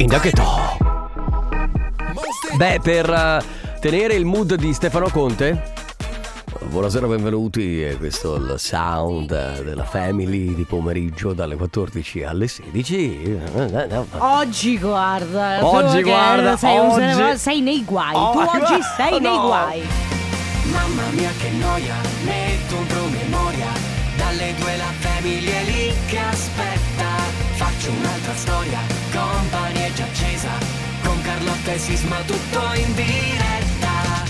いいんだけど Beh, per eh, tenere il mood di Stefano Conte. Buonasera, benvenuti. E questo è il sound eh, della Family di pomeriggio dalle 14 alle Eh, 16. Oggi guarda, Oggi, proprio che guarda, sei, un- oggi. sei nei guai, Oh, tu ma- oggi sei nei no. guai. Mamma mia che noia, metto un promemoria Dalle due la famiglia è lì che aspetta Faccio un'altra storia, company è già accesa Con Carlotta e Sisma tutto in diretta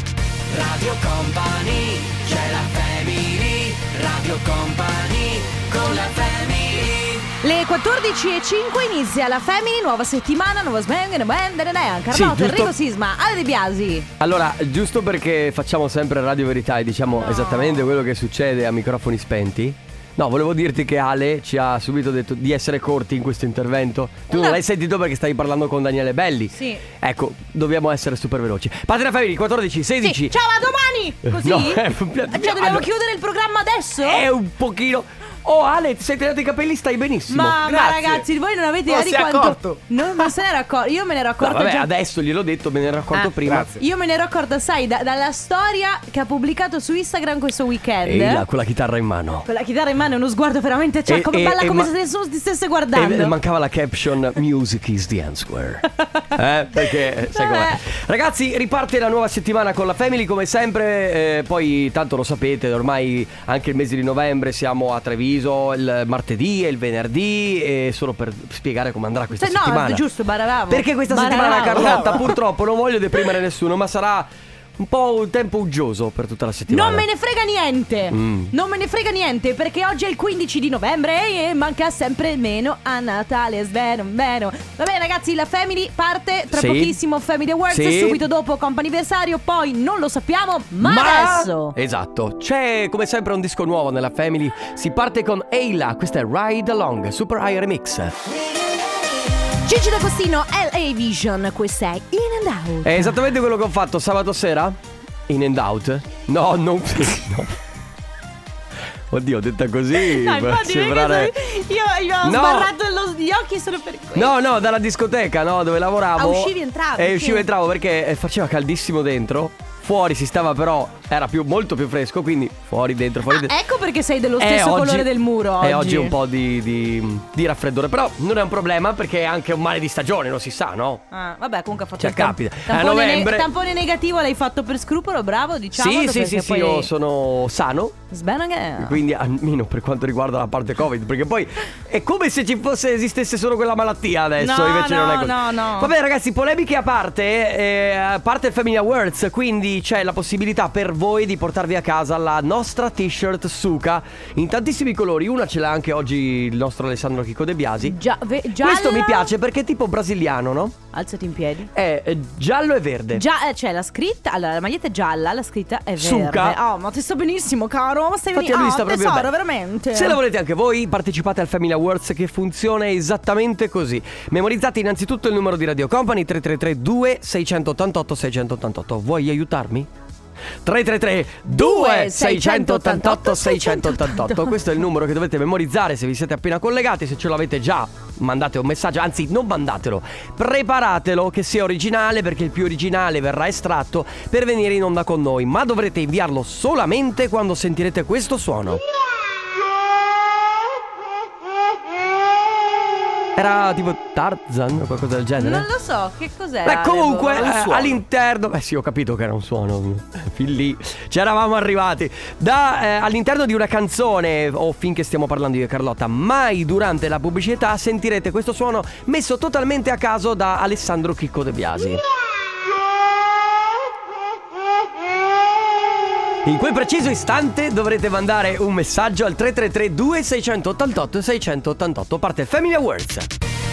Radio Company, c'è la family Radio Company, con la family Le 14.05 inizia la Family, nuova settimana, nuova sbang, Carlotta, Sì, giusto. Enrico Sisma, Ale De Biasi. Allora, giusto perché facciamo sempre Radio Verità e diciamo esattamente quello che succede a microfoni spenti. No, volevo dirti che Ale ci ha subito detto di essere corti in questo intervento. Tu non No. l'hai sentito perché stavi parlando con Daniele Belli. Sì. Ecco, dobbiamo essere super veloci. Patria Family 14, 16. Sì, ciao, a domani! Così? No, eh, cioè, dobbiamo allora- Eh, chiudere il programma adesso? È un pochino. Oh, Ale, ti sei tagliato i capelli, stai benissimo. Ma, ma Grazie. ragazzi, voi non avete idea di si è quanto. accorto. Non, non se n'era accorto. Io me ne ero No, accorto vabbè, già adesso gliel'ho detto, me ne ero accorto Ah, prima. grazie. Io me ne ero accorta, sai, da- dalla storia che ha pubblicato su Instagram questo weekend. Ehi là, con la chitarra in mano. Con la chitarra in mano e uno sguardo veramente. Cioè, E- come e- balla e come ma- se nessuno ti stesse guardando. E mancava la caption Music is the answer. eh, perché eh, sai com'è. Vabbè. Ragazzi, riparte la nuova settimana con la Family come sempre. eh, poi tanto lo sapete, ormai anche il mese di novembre siamo a Treviso il martedì e il venerdì. E solo per spiegare come andrà questa Cioè, no, settimana. giusto, baravamo. Perché questa settimana, Baravamo. Carlotta, purtroppo non voglio deprimere nessuno, ma sarà un po' un tempo uggioso per tutta la settimana. Non me ne frega niente. Mm. Non me ne frega niente perché oggi è il 15 di novembre e manca sempre meno a Natale. Sveno, meno. Va bene, ragazzi, la Family parte tra Sì. pochissimo. Family Awards. Sì. Subito dopo comp'anniversario. Poi non lo sappiamo, ma, adesso. Esatto, c'è come sempre un disco nuovo nella Family. Si parte con Eila, questa è Ride Along, Super High Remix. Gigi D'Agostino, LA Vision. Questa è In and Out. È esattamente quello che ho fatto sabato sera, in and out. No, non. no. Oddio, detta così. No, può infatti, sembrare- perché io, io ho No. sbarrato lo- gli occhi solo per questo. No, no, dalla discoteca, no, dove lavoravo. Ah, uscivi e entravi, E sì. uscivo e entravo perché eh, faceva caldissimo dentro. Fuori si stava però, era più, molto più fresco, quindi fuori dentro, fuori dentro. Ecco perché sei dello Eh, stesso oggi- colore del muro. Oggi. eh, oggi un po' di, di- di raffreddore, però non è un problema perché è anche un male di stagione, lo si sa, no? Ah, vabbè, comunque ha fatto Cioè, il tam- capita. A Tampone, ne- novembre- tampone negativo l'hai fatto per scrupolo, bravo, diciamo. sì, sì, sì, sì, io sono sano, Ah. quindi almeno per quanto riguarda la parte Covid, perché poi è come se ci fosse, esistesse solo quella malattia adesso, No, invece non è no, così. no, no. Vabbè ragazzi, polemiche a parte, eh, a parte il Family Awards, quindi c'è la possibilità per voi di portarvi a casa la nostra t-shirt Suka in tantissimi colori, una ce l'ha anche oggi il nostro Alessandro Chico De Biasi. Già, ve- giallo- Questo mi piace perché è tipo brasiliano, no? Alzati in piedi. È eh, giallo e verde. Già, eh, c'è la scritta. Allora, la maglietta è gialla, la scritta è verde. Suca. Oh, ma ti sto benissimo, caro. Ma stai Infatti a venendo. lui sta Oh, proprio tesoro, bene. veramente. Se la volete anche voi, partecipate al Family Awards che funziona esattamente così. Memorizzate innanzitutto il numero di Radio Company 333 2688 688. Vuoi aiutarmi? 333 2688 688 Questo è il numero che dovete memorizzare se vi siete appena collegati, se ce l'avete già mandate un messaggio, anzi non mandatelo, preparatelo che sia originale perché il più originale verrà estratto per venire in onda con noi, ma dovrete inviarlo solamente quando sentirete questo suono. Era tipo Tarzan o qualcosa del genere? Non lo so, che cos'è? Beh, comunque, eh, all'interno all'interno. Beh, sì, ho capito che era un suono. mm, Fin lì ci eravamo arrivati. Da, eh, all'interno di una canzone, o finché stiamo parlando io e Carlotta, mai durante la pubblicità sentirete questo suono messo totalmente a caso da Alessandro Chicco De Biasi. In quel preciso istante dovrete mandare un messaggio al 333 2688 688 parte il Family Awards.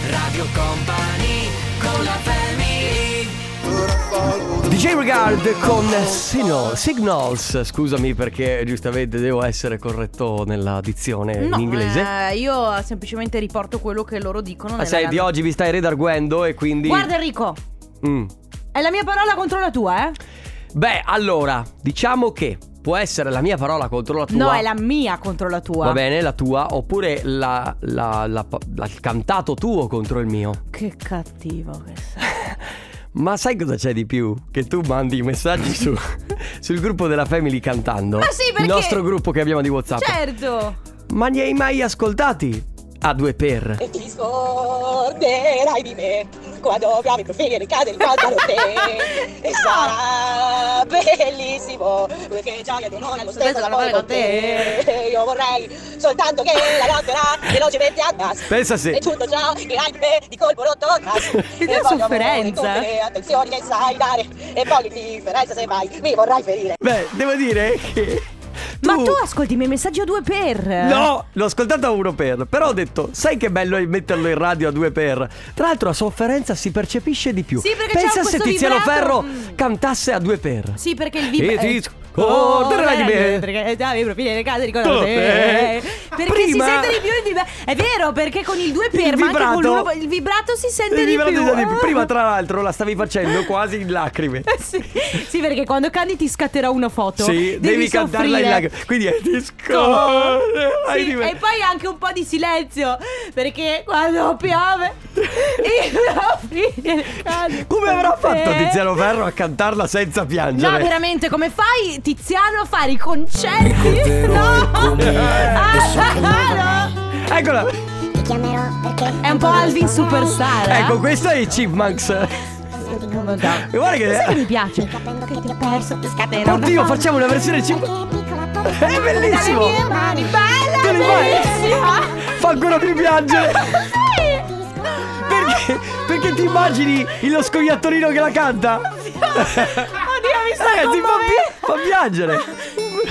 Radio Company, con la family DJ Regard con Signal- Signals, scusami perché giustamente devo essere corretto nella dizione No, in inglese. eh, io semplicemente riporto quello che loro dicono. Ma nella sai, di canzone. oggi mi stai redarguendo e quindi... Guarda Enrico, Mm. è la mia parola contro la tua, eh? Beh, allora, diciamo che Può essere la mia parola contro la tua. No, è la mia contro la tua. Va bene, la tua, oppure la- la- la- la- il cantato tuo contro il mio. Che cattivo che sei. Ma sai cosa c'è di più? Che tu mandi i messaggi su, sul gruppo della Family cantando. Ma Ah, sì, perché- Il nostro gruppo che abbiamo di WhatsApp. Certo. Ma li hai mai ascoltati? A due per. E ti scorderai di me quando chiami profili cade il caldo te e Esatto. sarà bellissimo perché gioia ed onore allo stesso lavoro con te io vorrei soltanto che la lotterà velocemente a gas Pensa se. e tutto ciò che hai di me di colpo rotto a gas Che sofferenza. le attenzioni che sai dare e poi l'indifferenza se mai mi vorrai ferire Beh, devo dire che. Ma tu ascolti i miei messaggi a due per. No, l'ho ascoltato a uno per, però ho detto, sai che bello è metterlo in radio a due per. Tra l'altro la sofferenza si percepisce di più. Sì, perché c'è Pensa se questo Tiziano vibrato- Ferro Mm. cantasse a due per. Sì, perché il vib E ti scorderai di me. Perché eh, già i profili delle case ricordano Tutto te. te. Perché Prima- si sente di più il vibrato. È vero, perché con il 2 per, Il ma anche con vibrato- l'uno il vibrato si sente Il di vibrato più. Eh, già di più. Prima, tra l'altro, la stavi facendo quasi in lacrime. sì, sì, perché quando canti ti scatterà una foto. Sì, devi, cantarla in Certo. soffrire. lacrime. Quindi è Sì, discorso. e poi anche un po' di silenzio perché quando piove i profili cade. Come avrà fatto Eh. Tiziano Ferro a cantarla senza No, piangere? veramente, come fai Tiziano a fare i concerti? No! Ah, no! Eccola. È un po' Alvin Superstar. eh? Ecco, questo è i Chipmunks. Come da- E guarda Sai che mi che. piace? Oddio, facciamo una versione Chipmunks. È bellissimo. Dalle mie mani, bella, Te ne vai? bellissima. Fa ancora più piangere. Sì. Perché? Perché ti immagini lo scoiattolino che la canta? Oddio, mi sta Ragazzi, fa, commuovendo. pi- fa piangere.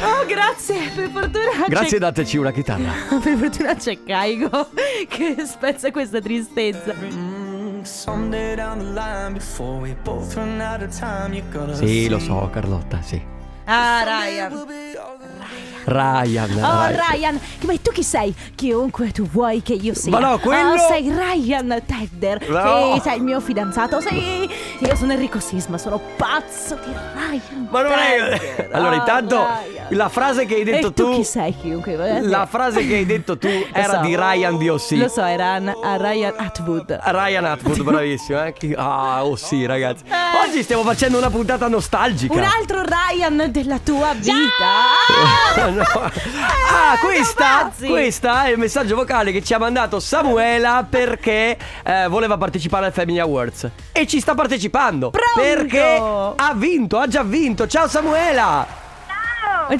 Oh, grazie, per fortuna Grazie, c'è... dateci una chitarra. Per fortuna c'è Caigo che spezza questa tristezza. Sì, lo so, Carlotta, sì. Ah, Ryan. Ryan. Oh, Ryan, ma tu chi sei? Chiunque tu vuoi che io sia. Ma no, quello- Oh, sei Ryan Tedder. No. Sì, sei il mio fidanzato. Sì, io sono Enrico Sisma, sono pazzo di Ryan. Ma non è. Tedder. Allora, Oh, intanto, Ryan. la frase che hai detto e tu, chi sei chiunque vuoi La essere. frase che hai detto tu Lo era so. di Ryan di Ossi. Lo so, era Anna- a Ryan Atwood. Ryan Atwood, bravissimo. Eh? Chi- Ah, oh sì, ragazzi. Eh. Oggi stiamo facendo una puntata nostalgica. Un altro Ryan della tua vita. Ah, no. Eh, Ah, questa, pazzi. questa è il messaggio vocale che ci ha mandato Samuela perché eh, voleva partecipare al Family Awards. E ci sta partecipando. Pronto. Perché ha vinto, ha già vinto. Ciao Samuela!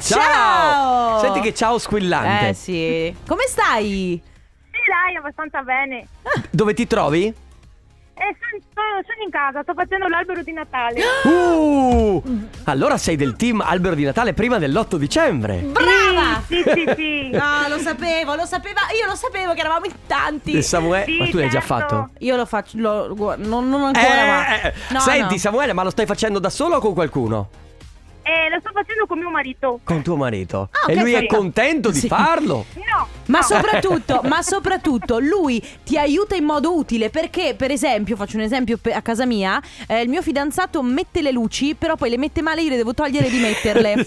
Ciao. Ciao. Senti che ciao squillante. Eh sì. Come stai? Sì, dai, abbastanza bene. Dove ti trovi? E son- sono, sono in casa, sto facendo l'albero di Natale. Uh, allora sei del team Albero di Natale prima dell'8 dicembre. Brava! Sì, sì, sì. No, lo sapevo, lo sapeva, io lo sapevo che eravamo in tanti. E Samuele, Sì, ma tu l'hai già certo. fatto? Io lo faccio, lo- gu- non, non ancora, Eh, ma. eh, senti Samuele, ma lo stai facendo da solo o con qualcuno? E Eh, lo sto facendo con mio marito. Con tuo marito. Ah, ok, e lui è capito. contento di Sì. farlo. No, Ma no. soprattutto, ma soprattutto lui ti aiuta in modo utile perché, per esempio, faccio un esempio pe- a casa mia, eh, il mio fidanzato mette le luci, però poi le mette male, io le devo togliere e rimetterle.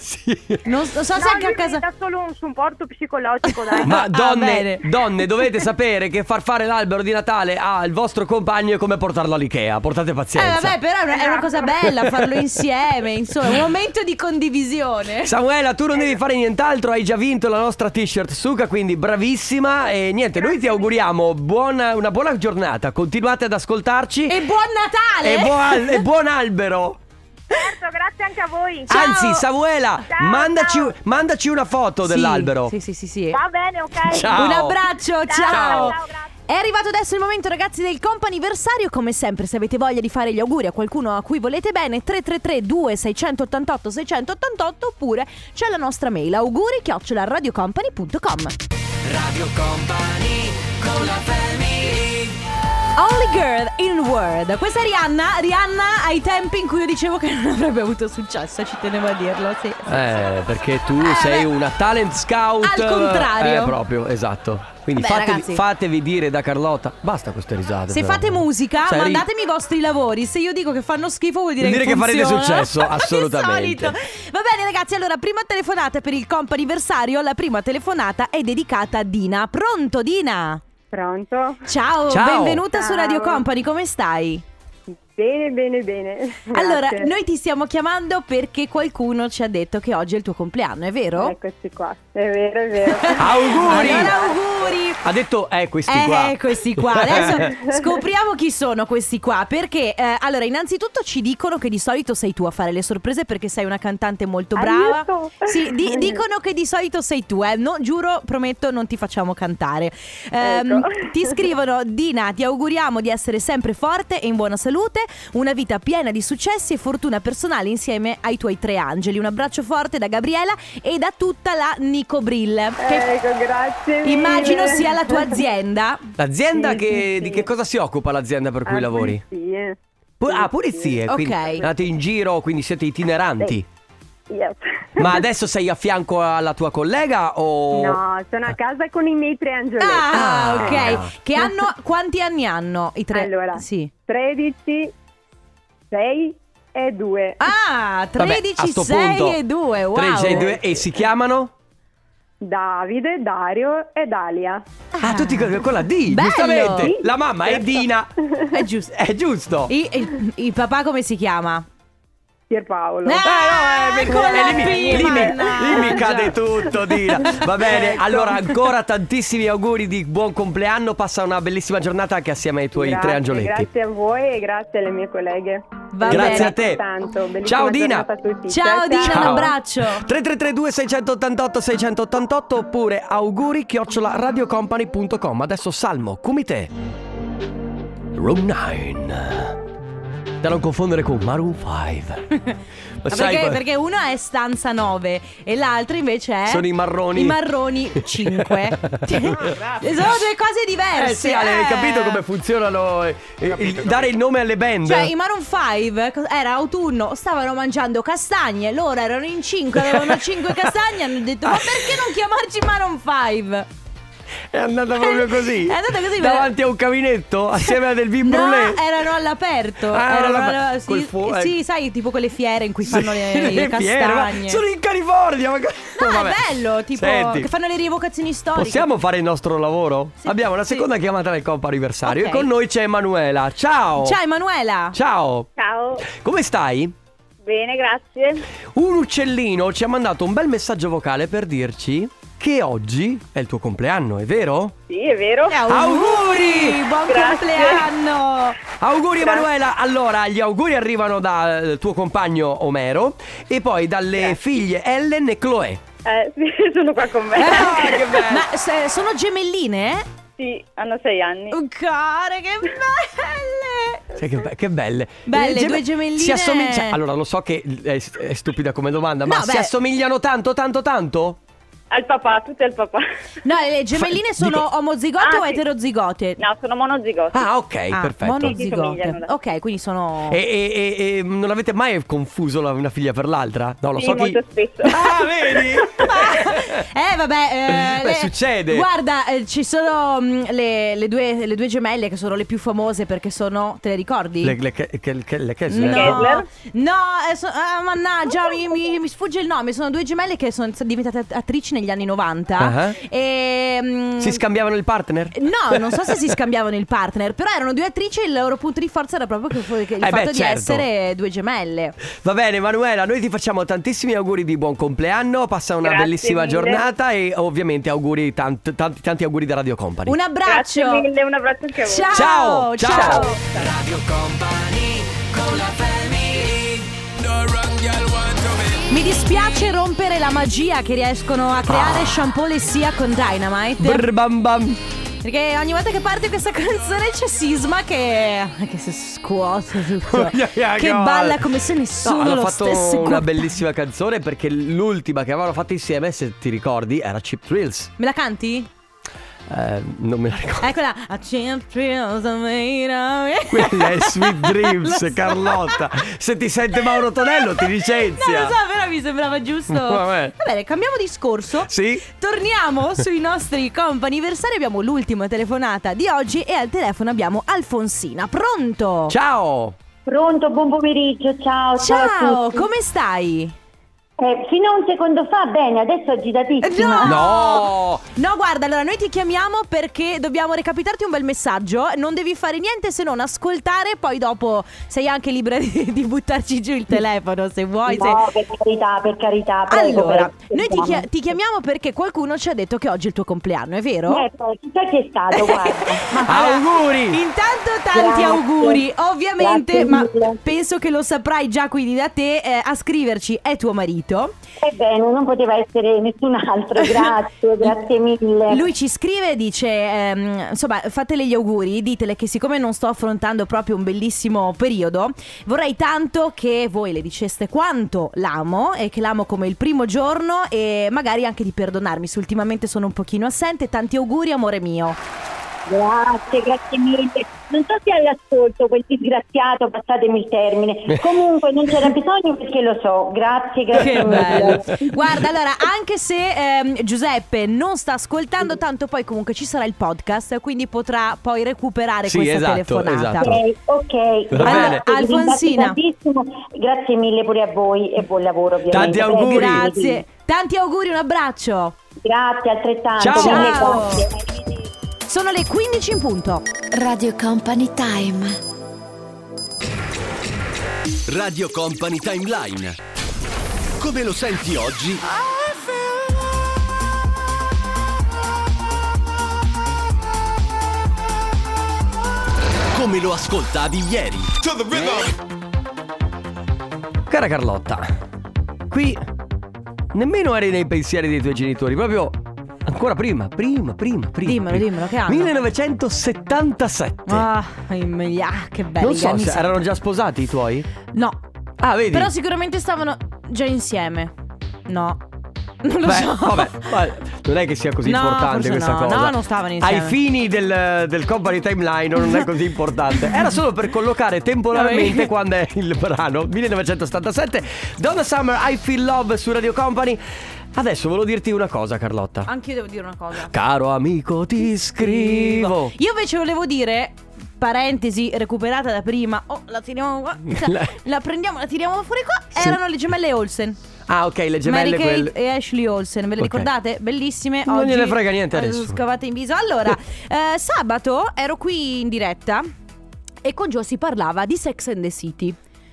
Sì. Non so, so No, se anche lui a casa. mi dà solo un supporto psicologico, dai. Ma Ah, donne, bene. donne, dovete sapere che far fare l'albero di Natale al vostro compagno è come portarlo all'Ikea. Portate Eh pazienza. vabbè, però è una, è una cosa bella farlo insieme, insomma, un momento di condivisione. Samuela, tu non devi fare nient'altro, hai già vinto la nostra t-shirt Suka, quindi bravissima e niente, noi ti auguriamo buona- una buona giornata, continuate ad ascoltarci E buon Natale! e buon, e buon albero! Certo, grazie anche a voi. Ciao. Anzi, Samuela, Ciao, mandaci, ciao. mandaci una foto Sì, dell'albero. Sì, sì, sì, sì. Va bene, ok? Ciao. Un abbraccio, ciao. ciao, grazie. È arrivato adesso il momento ragazzi del comp'anniversario, come sempre se avete voglia di fare gli auguri a qualcuno a cui volete bene 333 2688 688 oppure c'è la nostra mail auguri chiocciola radiocompany.com Radio Company con la family Only Only girl in world. Questa è Rihanna. Rihanna ai tempi in cui io dicevo che non avrebbe avuto successo, ci tenevo a dirlo. Sì. sì, Eh, perché tu Eh, sei beh. una talent scout. Al contrario. Eh, proprio, esatto. Quindi Beh, fatevi, ragazzi. fatevi dire da Carlotta. Basta queste risate. Se però. fate musica, Cioè, ri- mandatemi i vostri lavori. Se io dico che fanno schifo, vuol dire, Vuol dire che farete funziona. successo, Di assolutamente. solito. Va bene, ragazzi. Allora, prima telefonata per il comp anniversario. La prima telefonata è dedicata a Dina. Pronto, Dina? Pronto? Ciao, Ciao. benvenuta su Ciao. Radio Company. Come stai? Bene, bene, bene. Allora, Grazie. noi ti stiamo chiamando perché qualcuno ci ha detto che oggi è il tuo compleanno, è vero? Eccoci qua. È vero, è vero. Auguri! Allora, auguri! Ha detto, eh, questi eh, qua. eh, questi qua. Adesso scopriamo chi sono questi qua. Perché, eh, allora, innanzitutto ci dicono che di solito sei tu a fare le sorprese perché sei una cantante molto brava. Aiuto! Sì, di- dicono che di solito sei tu, eh. No, giuro, prometto, non ti facciamo cantare. Ehm, Ecco. Ti scrivono, Dina, ti auguriamo di essere sempre forte e in buona salute, una vita piena di successi e fortuna personale insieme ai tuoi tre angeli. Un abbraccio forte da Gabriela e da tutta la Nico Brill. Che Ecco, grazie. mille. immagino sia la tua azienda. L'azienda Sì, che, sì, di sì. che cosa si occupa l'azienda per cui Ah, lavori? Sì, eh. Pu- ah, sì. pulizie, Ok. quindi andate in giro, quindi siete itineranti. Yes. Ma adesso sei a fianco alla tua collega o... No, sono a casa con i miei tre angioletti. Oh. Ah, ok. Ah. Che hanno quanti anni hanno i tre? Allora. Sì. 13, 6 e 2. Ah, Vabbè, 13, a sto 6 punto, e 2. Wow. 3, 6, 2 e si chiamano? Davide, Dario e Dalia. Ah, tutti con con la D, Bello. giustamente. Sì, La mamma è certo. Dina. È giusto. È giusto. I- il, il papà come si chiama? Pierpaolo. Eh, Eh, no, eh, con eh, la lì, mi- P, lì mi- mannaggia. lì mi cade tutto, Dina. Va bene, Ecco. allora ancora tantissimi auguri di buon compleanno. Passa una bellissima giornata anche assieme ai tuoi Grazie, tre angioletti. Grazie a voi e grazie alle mie colleghe. Va Grazie bene. a te. Tanto, bellissima Ciao, Dina. giornata a tutti. Ciao, Dina, Ciao. un abbraccio. 3332 688 688 oppure auguri chiocciola radiocompany.com Adesso Salmo, come te Room 9 Da non confondere con Maroon 5 Ma Ma Perché, sai, perché uno è stanza 9 e l'altro invece è... Sono i marroni. I marroni 5. sono due cose diverse. eh sì Ale, hai eh. capito come funzionano eh, eh, il- Dare il nome alle band Cioè, i Maroon 5 cos- era autunno, stavano mangiando castagne, loro erano in 5, avevano 5 castagne, hanno detto ma perché non chiamarci Maroon 5? È andata proprio così È andata così, ma- Davanti a un caminetto Assieme a del vin No, eh, brûlé erano all'aperto. Ah, erano erano all'aperto, alla- col sì, fuo- eh. sì, sai, tipo quelle fiere in cui fanno le, le le fiere, ma castagne. Sono in California ma... No, vabbè. è bello, tipo Senti, che fanno le rievocazioni storiche. Possiamo fare il nostro lavoro? Sì, Abbiamo la sì. seconda chiamata del compo anniversario Ok. e con noi c'è Emanuela. Ciao! Ciao Emanuela. Ciao! Ciao, Come stai? bene, grazie. Un uccellino ci ha mandato un bel messaggio vocale per dirci che oggi è il tuo compleanno, è vero? Sì, è vero. Eh, auguri! Auguri! Buon Grazie. compleanno! Auguri Emanuela! Allora, gli auguri arrivano dal tuo compagno Omero e poi dalle figlie Ellen e Chloe. Eh, sì, sono qua con me. Eh! che bello. Ma se- sono gemelline? Eh? Sì, hanno sei anni. Oh, cara, che belle! Sai che, be- che belle Belle, Le gem- due gemelline. si assomig- cioè, Allora lo so che è, è stupida come domanda Ma No, si beh. assomigliano tanto tanto tanto? Al papà, tutti al papà. No, le gemelline Fa- sono dico- omozigote Ah, o sì. eterozigote? No, sono monozigote. Ah ok Ah, perfetto Monozigote. somigliano, dai. Ok, quindi sono. e, e- e- e non avete mai confuso la- una figlia per l'altra? No lo Sì, so che molto spesso. Ah vedi? Eh vabbè, eh, Beh, succede. Guarda, eh, ci sono mm, le, le due, le due gemelle che sono le più famose perché sono, te le ricordi? Le, le, che- che- che- le Kessler? No, Kessler? no eh, so- ah, mannaggia, mi, mi- mi sfugge il nome. Sono due gemelle che sono diventate att- attrici negli anni 90. Ah. E, mm, Si scambiavano il partner? No, non so se si scambiavano il partner, però erano due attrici e il loro punto di forza era proprio che fu- che il Eh beh, fatto di certo. essere due gemelle. Va bene Manuela, noi ti facciamo tantissimi auguri di buon compleanno Passa una Grazie bellissima mille. giornata E ovviamente auguri, tant- tanti, tanti auguri da Radio Company Un Grazie abbraccio. mille, un abbraccio anche a voi. Ciao, Ciao, ciao. ciao. Radio Company con la family No wrong girl want to be Mi dispiace rompere la magia che riescono a creare Shampoo e Sia con Dynamite. Ah. Brr, bam, bam. perché ogni volta che parte questa canzone c'è Sisma che, che si scuote tutto. che balla come se nessuno no, hanno lo fatto stesse una guardando. bellissima canzone perché l'ultima che avevano fatto insieme, se ti ricordi, era Chip Thrills. Me la canti? Eh, non me la ricordo. Eccola. A Champions made of- Quella è Sweet Dreams, Lo so. Carlotta. Se ti sente Mauro Tonello ti licenzia. No, lo so, però mi sembrava giusto. Vabbè. Va bene, cambiamo discorso. Sì? Torniamo sui nostri comp'anniversari. Abbiamo l'ultima telefonata di oggi e al telefono abbiamo Alfonsina. Pronto? Ciao! Pronto, buon pomeriggio, ciao. Ciao, a Ciao, tutti. come stai? Eh, fino a un secondo fa bene, adesso è Eh, agitatissima. No! No, guarda, allora noi ti chiamiamo perché dobbiamo recapitarti un bel messaggio. Non devi fare niente se non ascoltare, poi dopo sei anche libera di, di buttarci giù il telefono se vuoi. se- No, per carità, per carità. prego, Allora, prego, noi ti, sentiamo. chia- ti chiamiamo perché qualcuno ci ha detto che oggi è il tuo compleanno, è vero? Ecco, chissà chi è stato, guarda. Ma- Auguri! Intanto tanti Grazie. auguri, ovviamente, Grazie ma mille. penso che lo saprai già quindi da te, eh, a scriverci è tuo marito. Ebbene, Eh, non poteva essere nessun altro, grazie, grazie mille. Lui ci scrive e dice, ehm, insomma, fatele gli auguri, ditele che siccome non sto affrontando proprio un bellissimo periodo, vorrei tanto che voi le diceste quanto l'amo e che l'amo come il primo giorno e magari anche di perdonarmi se ultimamente sono un pochino assente. Tanti auguri, amore mio. Grazie, grazie mille. Non so se è all'ascolto quel disgraziato, passatemi il termine. Comunque non c'era bisogno perché lo so. Grazie, grazie Che mille. bello. Guarda, allora, anche se ehm, Giuseppe non sta ascoltando, tanto poi comunque ci sarà il podcast, quindi potrà poi recuperare Sì, questa esatto, telefonata. esatto. Ok, ok. Va Allora, bene. vi ringrazio Alfonsina. tantissimo. Grazie mille pure a voi e buon lavoro ovviamente. Eh, Tanti Prego, auguri. Grazie. Tanti auguri, un abbraccio. Grazie altrettanto. Ciao. Mille Ciao. grazie. Sono le 15 in punto. Radio Company Time. Radio Company Timeline. Come lo senti oggi? Come lo ascoltavi ieri? Cara Carlotta, qui nemmeno eri nei pensieri dei tuoi genitori, proprio ancora prima, prima, prima, prima. Dimmelo, prima. dimmelo, che anno? 1977. Ah, eh, immedia, che bello. non so, se erano già sposati i tuoi? No, Ah, vedi? però sicuramente stavano già insieme. No. Non lo Beh, so. vabbè, ma non è che sia così No, importante forse questa no. cosa. No, non stavano insieme. Ai fini del, del company timeline non è così importante. Era solo per collocare temporalmente Vabbè. quando è il brano. 1977, Donna Summer, I Feel Love su Radio Company. Adesso volevo dirti una cosa, Carlotta. Anche io devo dire una cosa. Caro amico, ti scrivo. Io invece volevo dire. Parentesi recuperata da prima. Oh, la tiriamo qua. Cioè, La- La, prendiamo, la tiriamo fuori qua. Sì. Erano le gemelle Olsen. Ah, ok, le gemelle Mary Kate quelle. e Ashley Olsen, ve le Ok. ricordate? Bellissime. Non Oggi gliene frega niente a eh, nessuno. Scavate in viso. Allora, eh, sabato ero qui in diretta e con Gio si parlava di Sex and the City.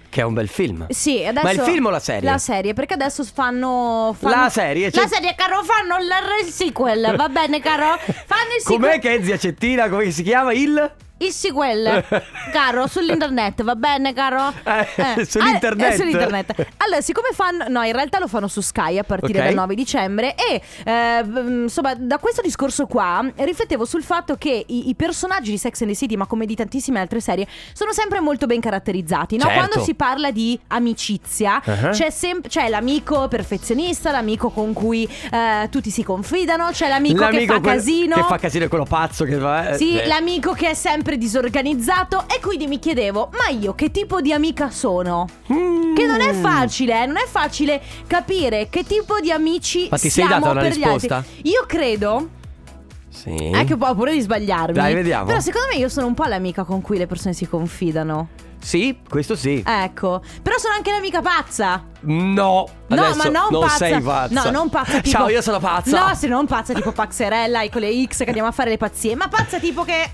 Che è un bel film. Sì, adesso Ma il film o la serie? La serie, perché adesso fanno, fanno- La serie, cioè- La serie, caro, fanno il, il sequel, va bene, caro? Fanno il Com'è sequel. che è zia Cettina? Come si chiama? Il. Il sequel, caro, sull'internet, va bene, caro? Eh, sull'internet. eh, sull'internet. Allora, siccome fanno... No, in realtà lo fanno su Sky a partire Ok. dal 9 dicembre e, eh, mm, insomma, da questo discorso qua riflettevo sul fatto che i, i personaggi di Sex and the City, ma come di tantissime altre serie, sono sempre molto ben caratterizzati, no? Certo. Quando si parla di amicizia, Ah. c'è, sempre, c'è l'amico perfezionista, l'amico con cui eh, tutti si confidano, c'è l'amico, che fa quel- casino. Che fa casino è quello pazzo che va. Sì, eh, l'amico che è sempre disorganizzato e quindi mi chiedevo, ma io che tipo di amica sono? Mm. Che non è facile, eh, non è facile capire che tipo di amici Ma ti sei siamo data una per gli risposta? altri. Io credo, Sì. anche ho pure di sbagliarmi. Dai, vediamo. Però secondo me io sono un po' l'amica con cui le persone si confidano. Sì, questo sì. Ecco, però sono anche l'amica pazza. No. No, adesso ma non, pazza. sei pazza. No, non pazza tipo Ciao, io sono pazza. No, se non pazza tipo pazzerella e con le X che andiamo a fare le pazzie, ma pazza tipo che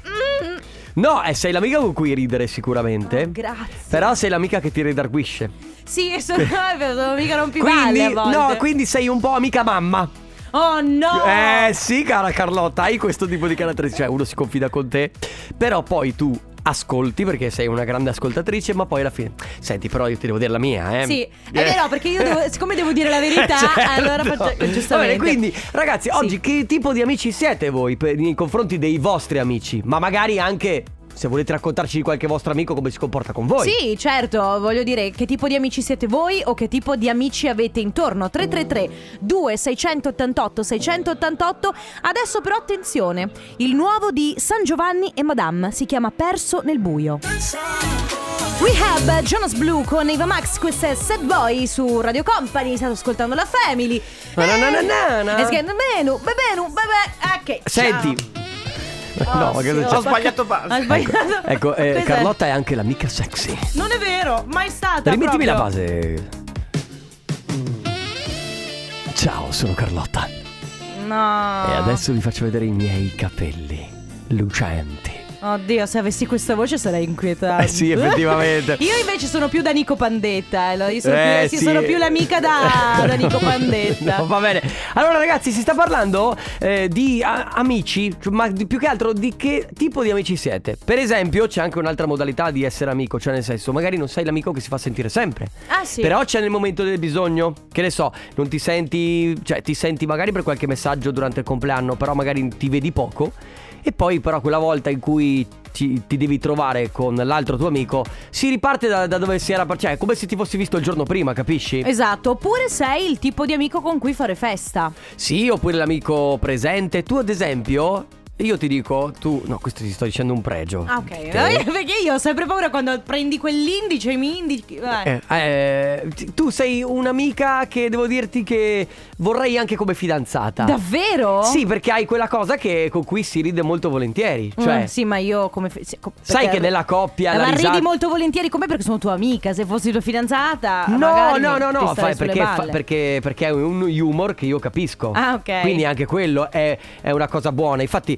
mm, No, eh, sei l'amica con cui ridere sicuramente. Oh, grazie. Però sei l'amica che ti redarguisce. Sì, sono, sono mica rompiballe Quindi, a volte. no, quindi sei un po' amica mamma. Oh no! Eh sì, cara Carlotta, hai questo tipo di caratteristiche. Cioè, uno si confida con te, però poi tu ascolti perché sei una grande ascoltatrice, ma poi alla fine. Senti, però io ti devo dire la mia, eh. Sì, Eh. è vero, perché io devo- siccome devo dire la verità, allora faccio- Va bene, giustamente. quindi, ragazzi, Sì. oggi che tipo di amici siete voi per- nei confronti dei vostri amici? Ma magari anche. se volete raccontarci di qualche vostro amico come si comporta con voi. Sì, certo, voglio dire che tipo di amici siete voi o che tipo di amici avete intorno. 333 2688 688. Adesso però attenzione, il nuovo di San Giovanni e Madame si chiama Perso nel buio. Rehab, Jonas Blue con Eva Max, questa è Sad Boy su Radio Company, state ascoltando la Family. Eh, Na na na na na. E scrivendo menu, bebenu, bebè, ok. Senti. no, ma che non c'è? Oh, Ho sbagliato base. Ho sbagliato. Ecco, eh, Cos'è? Carlotta è anche l'amica sexy. Non è vero, mai stata. Rimettimi proprio. la base. Ciao, sono Carlotta. No. E adesso vi faccio vedere i miei capelli lucenti. Oddio, se avessi questa voce sarei inquietante. Eh sì, effettivamente. Io invece sono più da Nico Pandetta. eh, lo- Io sono, Eh, più, sì. sì, sono più l'amica da, da Nico Pandetta. No, va bene. Allora, ragazzi, si sta parlando eh, di a- amici, cioè, ma di- più che altro di che tipo di amici siete. Per esempio, c'è anche un'altra modalità di essere amico, cioè nel senso, magari non sei l'amico che si fa sentire sempre. Ah, sì. Però c'è nel momento del bisogno, che ne so, non ti senti, cioè ti senti magari per qualche messaggio durante il compleanno, però magari ti vedi poco. E poi però quella volta in cui ti, ti devi trovare con l'altro tuo amico, si riparte da, da dove si era, par- cioè è come se ti fossi visto il giorno prima, capisci? Esatto, oppure sei il tipo di amico con cui fare festa. Sì, oppure l'amico presente. Tu, ad esempio, io ti dico, tu. No, questo ti sto dicendo un pregio. Ah, ok. Te- Perché io ho sempre paura quando prendi quell'indice e mi indichi. eh. Eh, eh, ti- tu sei un'amica che devo dirti che vorrei anche come fidanzata. Davvero? Sì, perché hai quella cosa che con cui si ride molto volentieri. Mm, Cioè, sì, ma io come. fe- sì, co- sai perché- che nella coppia la Ma risata. ridi molto volentieri con me perché sono tua amica. Se fossi tua fidanzata. No, ah, magari no, mi- no, ti no, starei fai sulle perché, fa- balle. perché, perché è un humor che io capisco. Ah, ok. Quindi anche quello è, è una cosa buona. Infatti,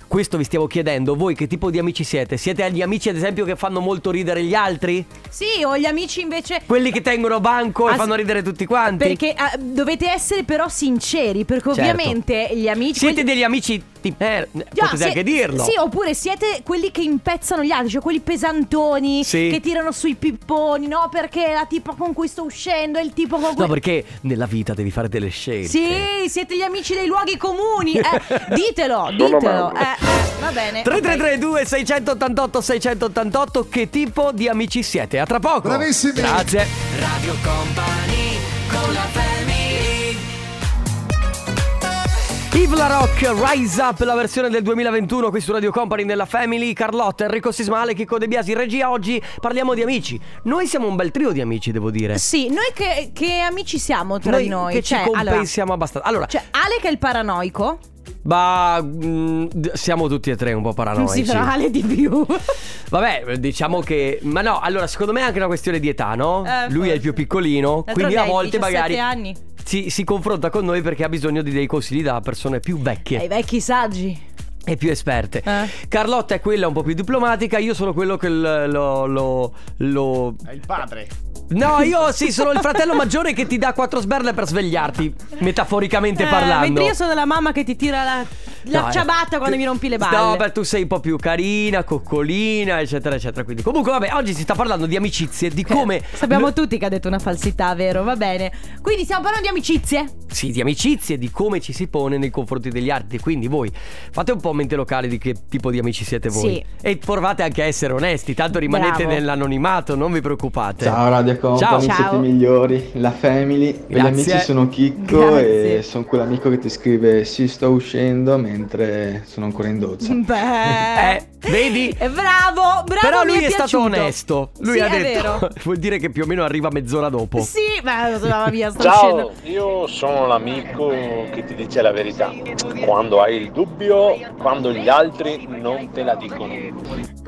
questo vi stiamo chiedendo: voi che tipo di amici siete? Siete agli amici, ad esempio, che fanno molto ridere gli altri? Sì, ho gli amici invece. Quelli che tengono banco e Ah, fanno sì. ridere tutti quanti? Perché ah, dovete essere però sinceri, perché Certo. ovviamente gli amici. Siete quelli- degli amici di merda. Già, Potete se- anche dirlo. Sì, oppure siete quelli che impezzano gli altri, cioè quelli pesantoni Sì. che tirano sui pipponi, no? Perché la tipa con cui sto uscendo è il tipo con cui. No, perché nella vita devi fare delle scelte. sì, siete gli amici dei luoghi comuni. Eh, ditelo, ditelo. Eh, eh, va bene. 3332 688 688 che tipo di amici siete? A tra poco. Bravissimi. Grazie. Radio Company con la Ivla Rock Rise Up, la versione del 2021 qui su Radio Company nella Family, Carlotta, Enrico Sismale, Chicco De Biasi, regia. Oggi parliamo di amici. Noi siamo un bel trio di amici, devo dire. Sì, noi che, che amici siamo tra noi di noi? che Cioè, ci allora, compensiamo abbastanza. Allora, cioè, Ale che è il paranoico. ma mm, d- siamo tutti e tre un po' paranoici. si Ale di più. Vabbè, diciamo che. Ma no, allora, secondo me è anche una questione di età, no? Eh, Lui è forse. il più piccolino, quindi D'altronde a hai volte 17 magari. anni. Si, si confronta con noi perché ha bisogno di dei consigli da persone più vecchie. Ai vecchi saggi. e più esperte. Eh. Carlotta è quella un po' più diplomatica, io sono quello che l- lo, lo, lo- È il padre. No, io sì, sono il fratello maggiore che ti dà quattro sberle per svegliarti, metaforicamente Eh, parlando. mentre io sono la mamma che ti tira la, la No, eh, ciabatta quando tu- mi rompi le balle. No, beh, tu sei un po' più carina, coccolina, eccetera, eccetera. Quindi, comunque, vabbè, oggi si sta parlando di amicizie, di Eh, come. Sappiamo tutti che ha detto una falsità, vero? Va bene. Quindi stiamo parlando di amicizie. Sì, di amicizie, di come ci si pone nei confronti degli altri. Quindi voi fate un po' mente locale di che tipo di amici siete voi. Sì. E provate anche a essere onesti, tanto rimanete Bravo. nell'anonimato, non vi preoccupate. Ciao Radio Company, Ciao. siete i migliori, la family, Grazie. gli amici sono Chicco Grazie. e sono quell'amico che ti scrive sì sto uscendo mentre sono ancora in doccia. Beh. Eh, vedi? È bravo, bravo. Però lui mi è, stato piaciuto. onesto. Lui Sì, ha è detto. vero. Vuol dire che più o meno arriva mezz'ora dopo. Sì, ma mamma mia, sto Ciao, uscendo. io sono l'amico che ti dice la verità. Quando hai il dubbio, quando gli altri non te la dicono.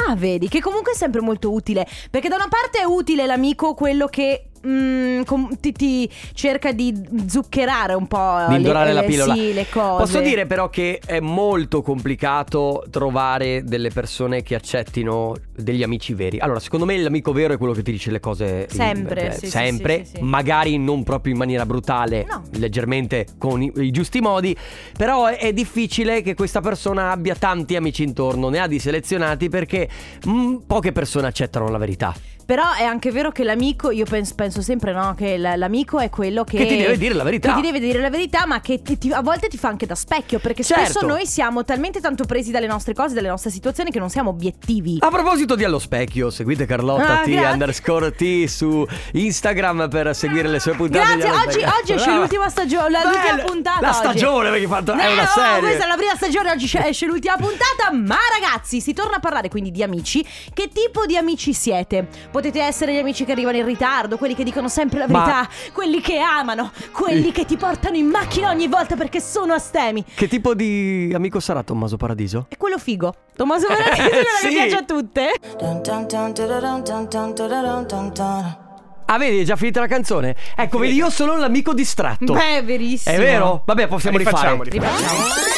Ah, vedi, che comunque è sempre molto utile. Perché da una parte è utile l'amico quello che. mm, com- ti, ti cerca di zuccherare un po' Di le- indorare la eh, pillola. Sì, le cose. Posso dire però che è molto complicato trovare delle persone che accettino degli amici veri. Allora, secondo me l'amico vero è quello che ti dice le cose in- Sempre, eh, sì, sì, sempre, sì, sì, sì. magari non proprio in maniera brutale, No. leggermente con i, i giusti modi, però è, è difficile che questa persona abbia tanti amici intorno, ne ha di selezionati perché mm, poche persone accettano la verità. Però è anche vero che l'amico, io penso, penso sempre no, che l- l'amico è quello che... Che ti deve dire la verità. Che ti deve dire la verità, ma che ti- ti- a volte ti fa anche da specchio, perché Certo. spesso noi siamo talmente tanto presi dalle nostre cose, dalle nostre situazioni, che non siamo obiettivi. A proposito di Allo Specchio, seguite Carlotta Ah, T grazie. underscore T su Instagram per seguire le sue puntate. di Grazie, Allo oggi, Specchio. oggi esce Brava. l'ultima stagione, la- l'ultima Bello. puntata. La oggi. stagione, perché fa- Eh, oh, è No, una serie. Questa è la prima stagione, oggi esce- esce l'ultima puntata. Ma ragazzi, si torna a parlare quindi di amici. Che tipo di amici siete? Potete essere gli amici che arrivano in ritardo, quelli che dicono sempre la Ma- verità, quelli che amano, quelli Sì. che ti portano in macchina ogni volta perché sono astemi. Che tipo di amico sarà Tommaso Paradiso? E quello figo. Tommaso Verratti non Eh, Sì. le piace a tutte. Ah, vedi, è già finita la canzone? Ecco, vedi, io sono l'amico distratto. Beh, è verissimo. È vero? Vabbè, possiamo Rifacciamo, rifare.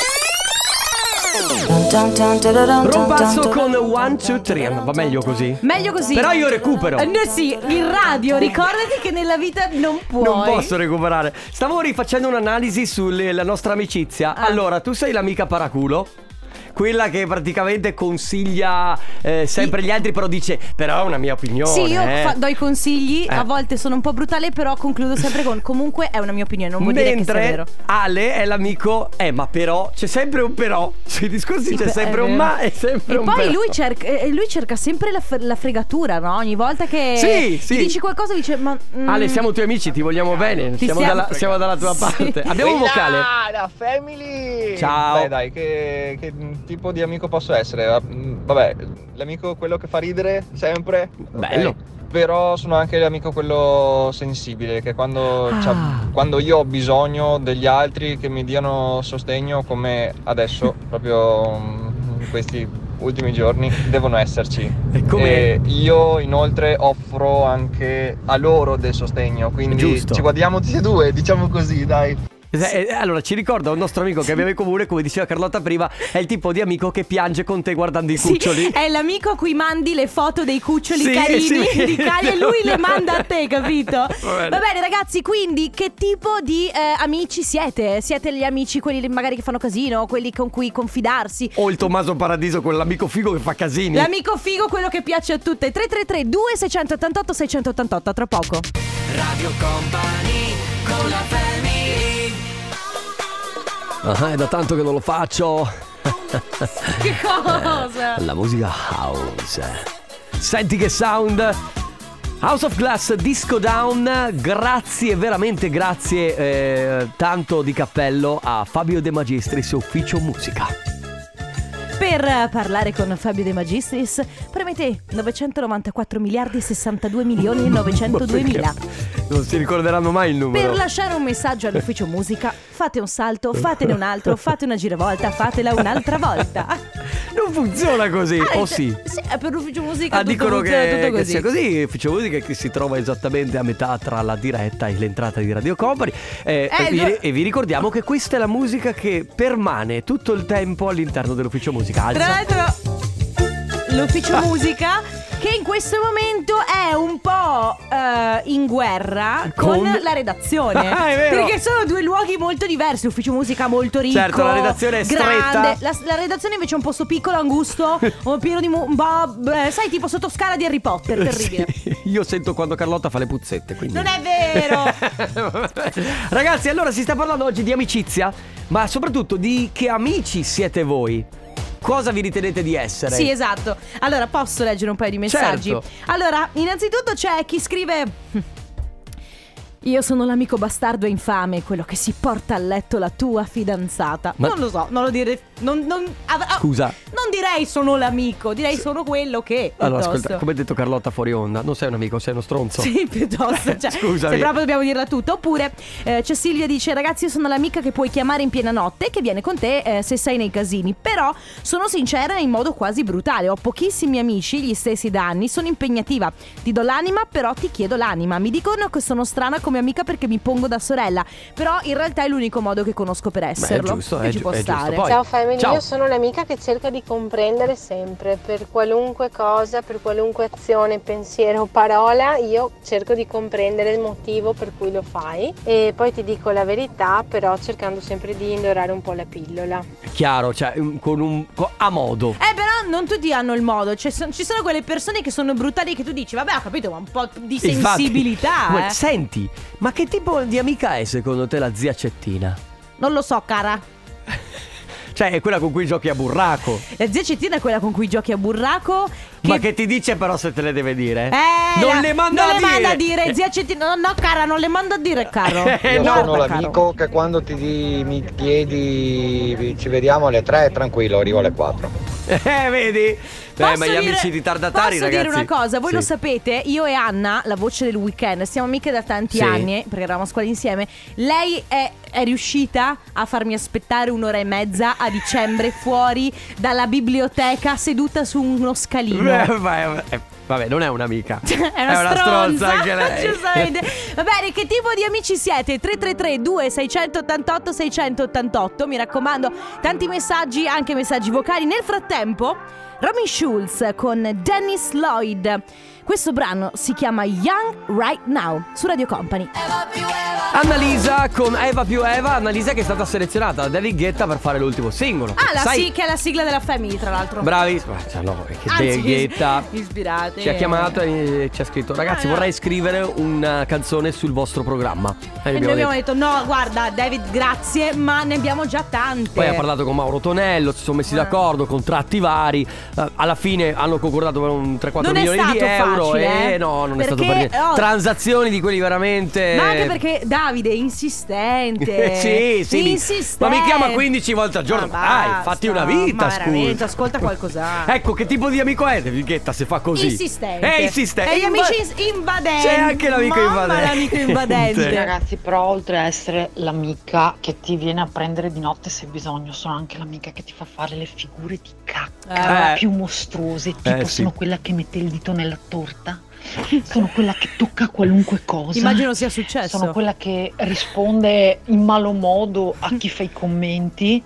Rompazzo con 1, 2, 3. Va meglio così? Meglio così. Però io recupero. Eh, no, sì, in radio, ricordati che nella vita non puoi. Non posso recuperare. Stavo rifacendo un'analisi sulla nostra amicizia. Ah. Allora, tu sei l'amica paraculo. Quella che praticamente consiglia eh, sempre gli altri, però dice: Però è una mia opinione. Sì, io eh. fa- do i consigli, Eh. a volte sono un po' brutale, però concludo sempre con comunque è una mia opinione, non vuol dire che sia Mentre vero. Ale è l'amico, eh, ma però c'è sempre un però. Sui discorsi Sì, c'è beh, sempre è un vero. ma e sempre E un poi però. lui cerca, eh, lui cerca sempre la, f- la fregatura, no? Ogni volta che Sì, gli sì. dici qualcosa dice ma... mm, Ale, siamo tuoi amici, ti vogliamo bene. Ti siamo, siamo- Dalla, siamo dalla tua Sì. parte. Abbiamo un vocale. la family! Ciao. Dai, dai, che, che tipo di amico posso essere? Mm, Vabbè, l'amico quello che fa ridere sempre. ok. Bello. Però sono anche l'amico quello sensibile, che quando, c'ha- Ah. quando io ho bisogno degli altri che mi diano sostegno, come adesso, proprio mm, in questi ultimi giorni, devono esserci. E come- E io inoltre offro anche a loro del sostegno, quindi Giusto. ci guardiamo tutti e due, diciamo così, dai. Eh, eh, Allora, ci ricorda un nostro amico che abbiamo in comune, come diceva Carlotta prima, è il tipo di amico che piange con te guardando i sì, cuccioli. è l'amico a cui mandi le foto dei cuccioli Sì, carini sì. di Cali e lui le manda a te, capito? Va bene. bene, ragazzi, quindi che tipo di eh, amici siete? Siete gli amici quelli che magari che fanno casino, quelli con cui confidarsi? O il Tommaso Paradiso, quell'amico figo che fa casini. L'amico figo, quello che piace a tutte. 333 2688 688 tra poco. Radio Company con la family Ah, è da tanto che non lo faccio. Che cosa? La musica house. Senti che sound. House of Glass Disco Down, grazie, veramente grazie, eh, tanto di cappello a Fabio De Magistris, ufficio musica. Per eh, parlare con Fabio De Magistris, premete 994 miliardi e 62 milioni e 902 mila. Non si ricorderanno mai il numero. Per lasciare un messaggio all'ufficio musica, fate un salto, fatene un altro, fate una giravolta, fatela un'altra volta. Non funziona così, Ah, o eh, sì? Sì, è per l'ufficio musica Ah, tutto dicono funziona che, tutto che così. sia così. Ufficio Musica che si trova esattamente a metà tra la diretta e l'entrata di Radio Company. Eh, Eh, e, vi, no. e vi ricordiamo che questa è la musica che permane tutto il tempo all'interno dell'ufficio musica. Alza. Tra l'altro, Ah. l'ufficio musica che in questo momento è un po' eh, in guerra con, Con? la redazione. Ah, è vero. Perché sono due luoghi molto diversi. Ufficio musica molto ricco. Certo, la redazione è stretta. grande. La, la redazione invece è un posto piccolo, angusto, un pieno di. mu- un po', eh, sai, tipo sottoscala di Harry Potter. Terribile. Eh, Sì, io sento quando Carlotta fa le puzzette. Quindi. Non è vero. Ragazzi, allora si sta parlando oggi di amicizia, ma soprattutto di che amici siete voi. Cosa vi ritenete di essere? Sì, esatto. Allora, posso leggere un paio di messaggi? Certo. Allora, innanzitutto c'è chi scrive. Io sono l'amico bastardo e infame, quello che si porta a letto la tua fidanzata. Ma- Non lo so, non lo direi. Non, non- av- ah, Scusa. Non direi sono l'amico, direi sono quello che. Allora, piuttosto. ascolta, come ha detto Carlotta fuori onda, non sei un amico, sei uno stronzo. Sì, piuttosto. Cioè, Scusami. Se proprio dobbiamo dirla tutta. Oppure eh, c'è Silvia dice: Ragazzi, io sono l'amica che puoi chiamare in piena notte, che viene con te eh, se sei nei casini. Però sono sincera in modo quasi brutale. Ho pochissimi amici, gli stessi da anni, sono impegnativa. Ti do l'anima, però ti chiedo l'anima. Mi dicono che sono strana come mia amica perché mi pongo da sorella. Però in realtà è l'unico modo che conosco per esserlo. giusto, è che ci giu- può è giusto. stare. Poi- Ciao Family, ciao. io sono l'amica che cerca di comprendere sempre, per qualunque cosa, per qualunque azione, pensiero o parola, io cerco di comprendere il motivo per cui lo fai e poi ti dico la verità, però cercando sempre di indorare un po' la pillola. Chiaro, cioè un- con un co- a modo. Eh, però non tutti hanno il modo. Cioè, son- ci sono quelle persone che sono brutali che tu dici, vabbè, ho capito, ma un po' di Infatti, sensibilità. guarda, eh." Senti, ma che tipo di amica è secondo te la zia Cettina? Non lo so, cara. Cioè, è quella con cui giochi a burraco. La zia Cettina è quella con cui giochi a burraco. Che... Ma che ti dice però se te le deve dire? Eh, non la- le manda non a dire. manda dire, zia Cettina. No, no, cara, non le manda a dire, caro. Eh, Io no. sono Guarda, l'amico che quando ti di- mi chiedi ci vediamo alle 3, tranquillo, arrivo alle 4. Eh, vedi? Beh, Posso ma gli dire- amici ritardatari, posso ragazzi. dire una cosa, voi lo Sì. sapete, io e Anna, la voce del weekend, siamo amiche da tanti Sì. anni, perché eravamo a scuola insieme. Lei è, è riuscita a farmi aspettare un'ora e mezza a dicembre fuori dalla biblioteca seduta su uno Eh, scalino. vai, eh, vabbè, non è un'amica. È una, stronza, anche lei. giustamente. Va bene, che tipo di amici siete? 333 2688 688 Mi raccomando, tanti messaggi, anche messaggi vocali. Nel frattempo, Romy Schulz con Dennis Lloyd. Questo brano si chiama Young Right Now su Radio Company. Annalisa con Eva più Eva. Annalisa che è stata selezionata da David Guetta per fare l'ultimo singolo. Ah, la Sai- sì, che è la sigla della Family, tra l'altro. Bravi. Ma, cioè, no, è che David Guetta. ispirate. Ci ha chiamato e ci ha scritto Ragazzi Ah, no. vorrei scrivere una canzone sul vostro programma E gli E abbiamo noi abbiamo detto- detto: no, guarda, David, grazie, ma ne abbiamo già tante. Poi ha parlato con Mauro Tonello Si sono messi Ah. d'accordo Contratti vari eh, Alla fine hanno concordato per un 3-4 Non è milioni di stato euro facile, E eh. no non è stato Perché, per niente oh. Transazioni di quelli veramente Ma anche perché Davide è insistente. sì, sì, mi- insistente. ma mi chiama 15 volte al giorno. Ma Dai, Ah, basta, fatti una vita, ma veramente, scusa. ascolta qualcos'altro. Ecco, che tipo di amico è David Guetta se fa così? Insistente. È insistente. E gli Inva- amici ins- invadenti. C'è anche l'amico Mamma, invadente. l'amico invadente. Ragazzi, però oltre a essere l'amica che ti viene a prendere di notte se hai bisogno, sono anche l'amica che ti fa fare le figure di cacca Eh. più mostruose, tipo Eh, sì. sono quella che mette il dito nella torta, sono quella che tocca qualunque cosa. Immagino sia successo. Sono quella che risponde in malo modo a chi fa i commenti.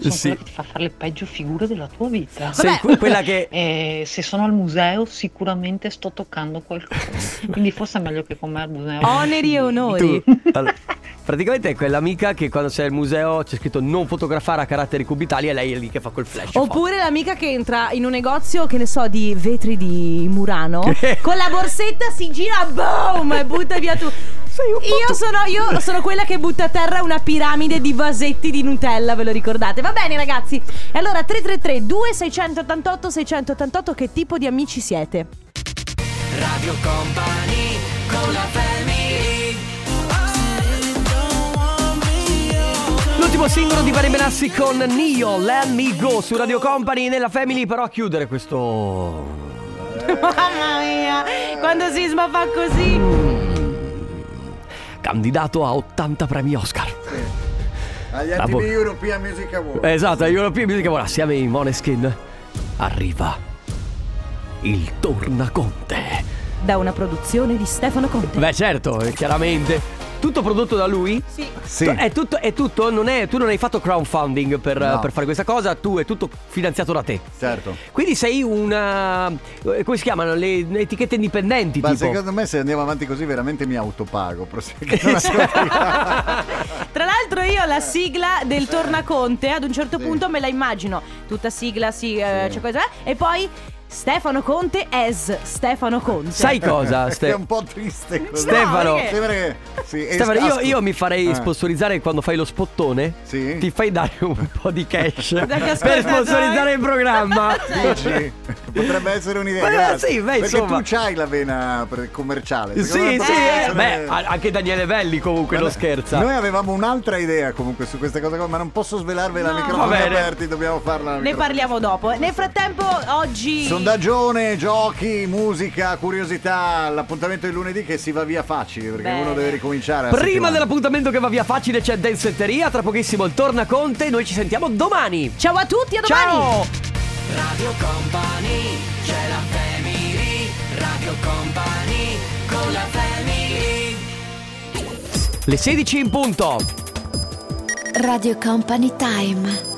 Sono Sì. quella che ti fa fare le peggio figure della tua vita. Sei Vabbè. que- quella che- Eh, se sono al museo, sicuramente sto toccando qualcosa. Quindi forse è meglio che con me al museo. Oneri e onori. Tu- allora, praticamente è quell'amica che quando sei al museo c'è scritto non fotografare a caratteri cubitali e lei è lì che fa quel flash. Oppure l'amica che entra in un negozio, che ne so, di vetri di Murano, con la borsetta si gira, boom, e butta via tu. Io sono, io sono quella che butta a terra una piramide di vasetti di Nutella, ve lo ricordate? Va bene ragazzi, e allora 333 2688 688 che tipo di amici siete? Radio Company con la family L'ultimo singolo di Vari Benassi con Nio, Let Me Go su Radio Company nella Family, però a chiudere questo... Mamma mia, quando Sisma fa così... Mm. Candidato a 80 premi Oscar. Agli La ATV bo- European Music Awards. Esatto, European Music Award assieme ai Moneskin arriva il Tornaconte. Da una produzione di Stefano Conte. Beh certo, eh, chiaramente. Tutto prodotto da lui? Sì. Sì. È tutto, è tutto non è- tu non hai fatto crowdfunding per, No. per fare questa cosa, tu è tutto finanziato da te. Certo. Quindi sei una... eh, come si chiamano? Le, le etichette indipendenti, Ma tipo. secondo me se andiamo avanti così veramente mi autopago. proseguiamo. Tra l'altro io la sigla del Tornaconte ad un certo punto me la immagino. Tutta sigla, sì, eh, c'è cosa, eh, e poi Stefano Conte as Stefano Conte. Sai cosa, Che è un Esatto, Ste- po' triste così. Stefano. perché- Sembra che- sì, es- Stefano, io, ascol- io mi farei Ah. sponsorizzare quando fai lo spottone. Sì. Ti fai dare un po' di cash per ascoltatori. sponsorizzare il programma. Dici? Potrebbe essere un'idea. Ma grazie. sì, beh, Perché insomma. tu c'hai la vena pre- commerciale. Sì, secondo me sì, potrebbe eh. essere- beh, a- anche Daniele Velli comunque non scherza. Noi avevamo un'altra idea comunque su questa cosa qua, ma non posso svelarvela a microfoni Va bene. aperti, dobbiamo farla. a Ne microfoni. parliamo dopo. Nel frattempo oggi... Sondaggione, giochi, musica, curiosità, l'appuntamento di lunedì che si va via facile perché Bene. uno deve ricominciare. la Prima settimana. dell'appuntamento che va via facile c'è Dansetteria, tra pochissimo il Tornaconte, noi ci sentiamo domani. Ciao a tutti, a domani! Ciao! Radio Company c'è la family Radio Company con la family Le 16 in punto. Radio Company Time.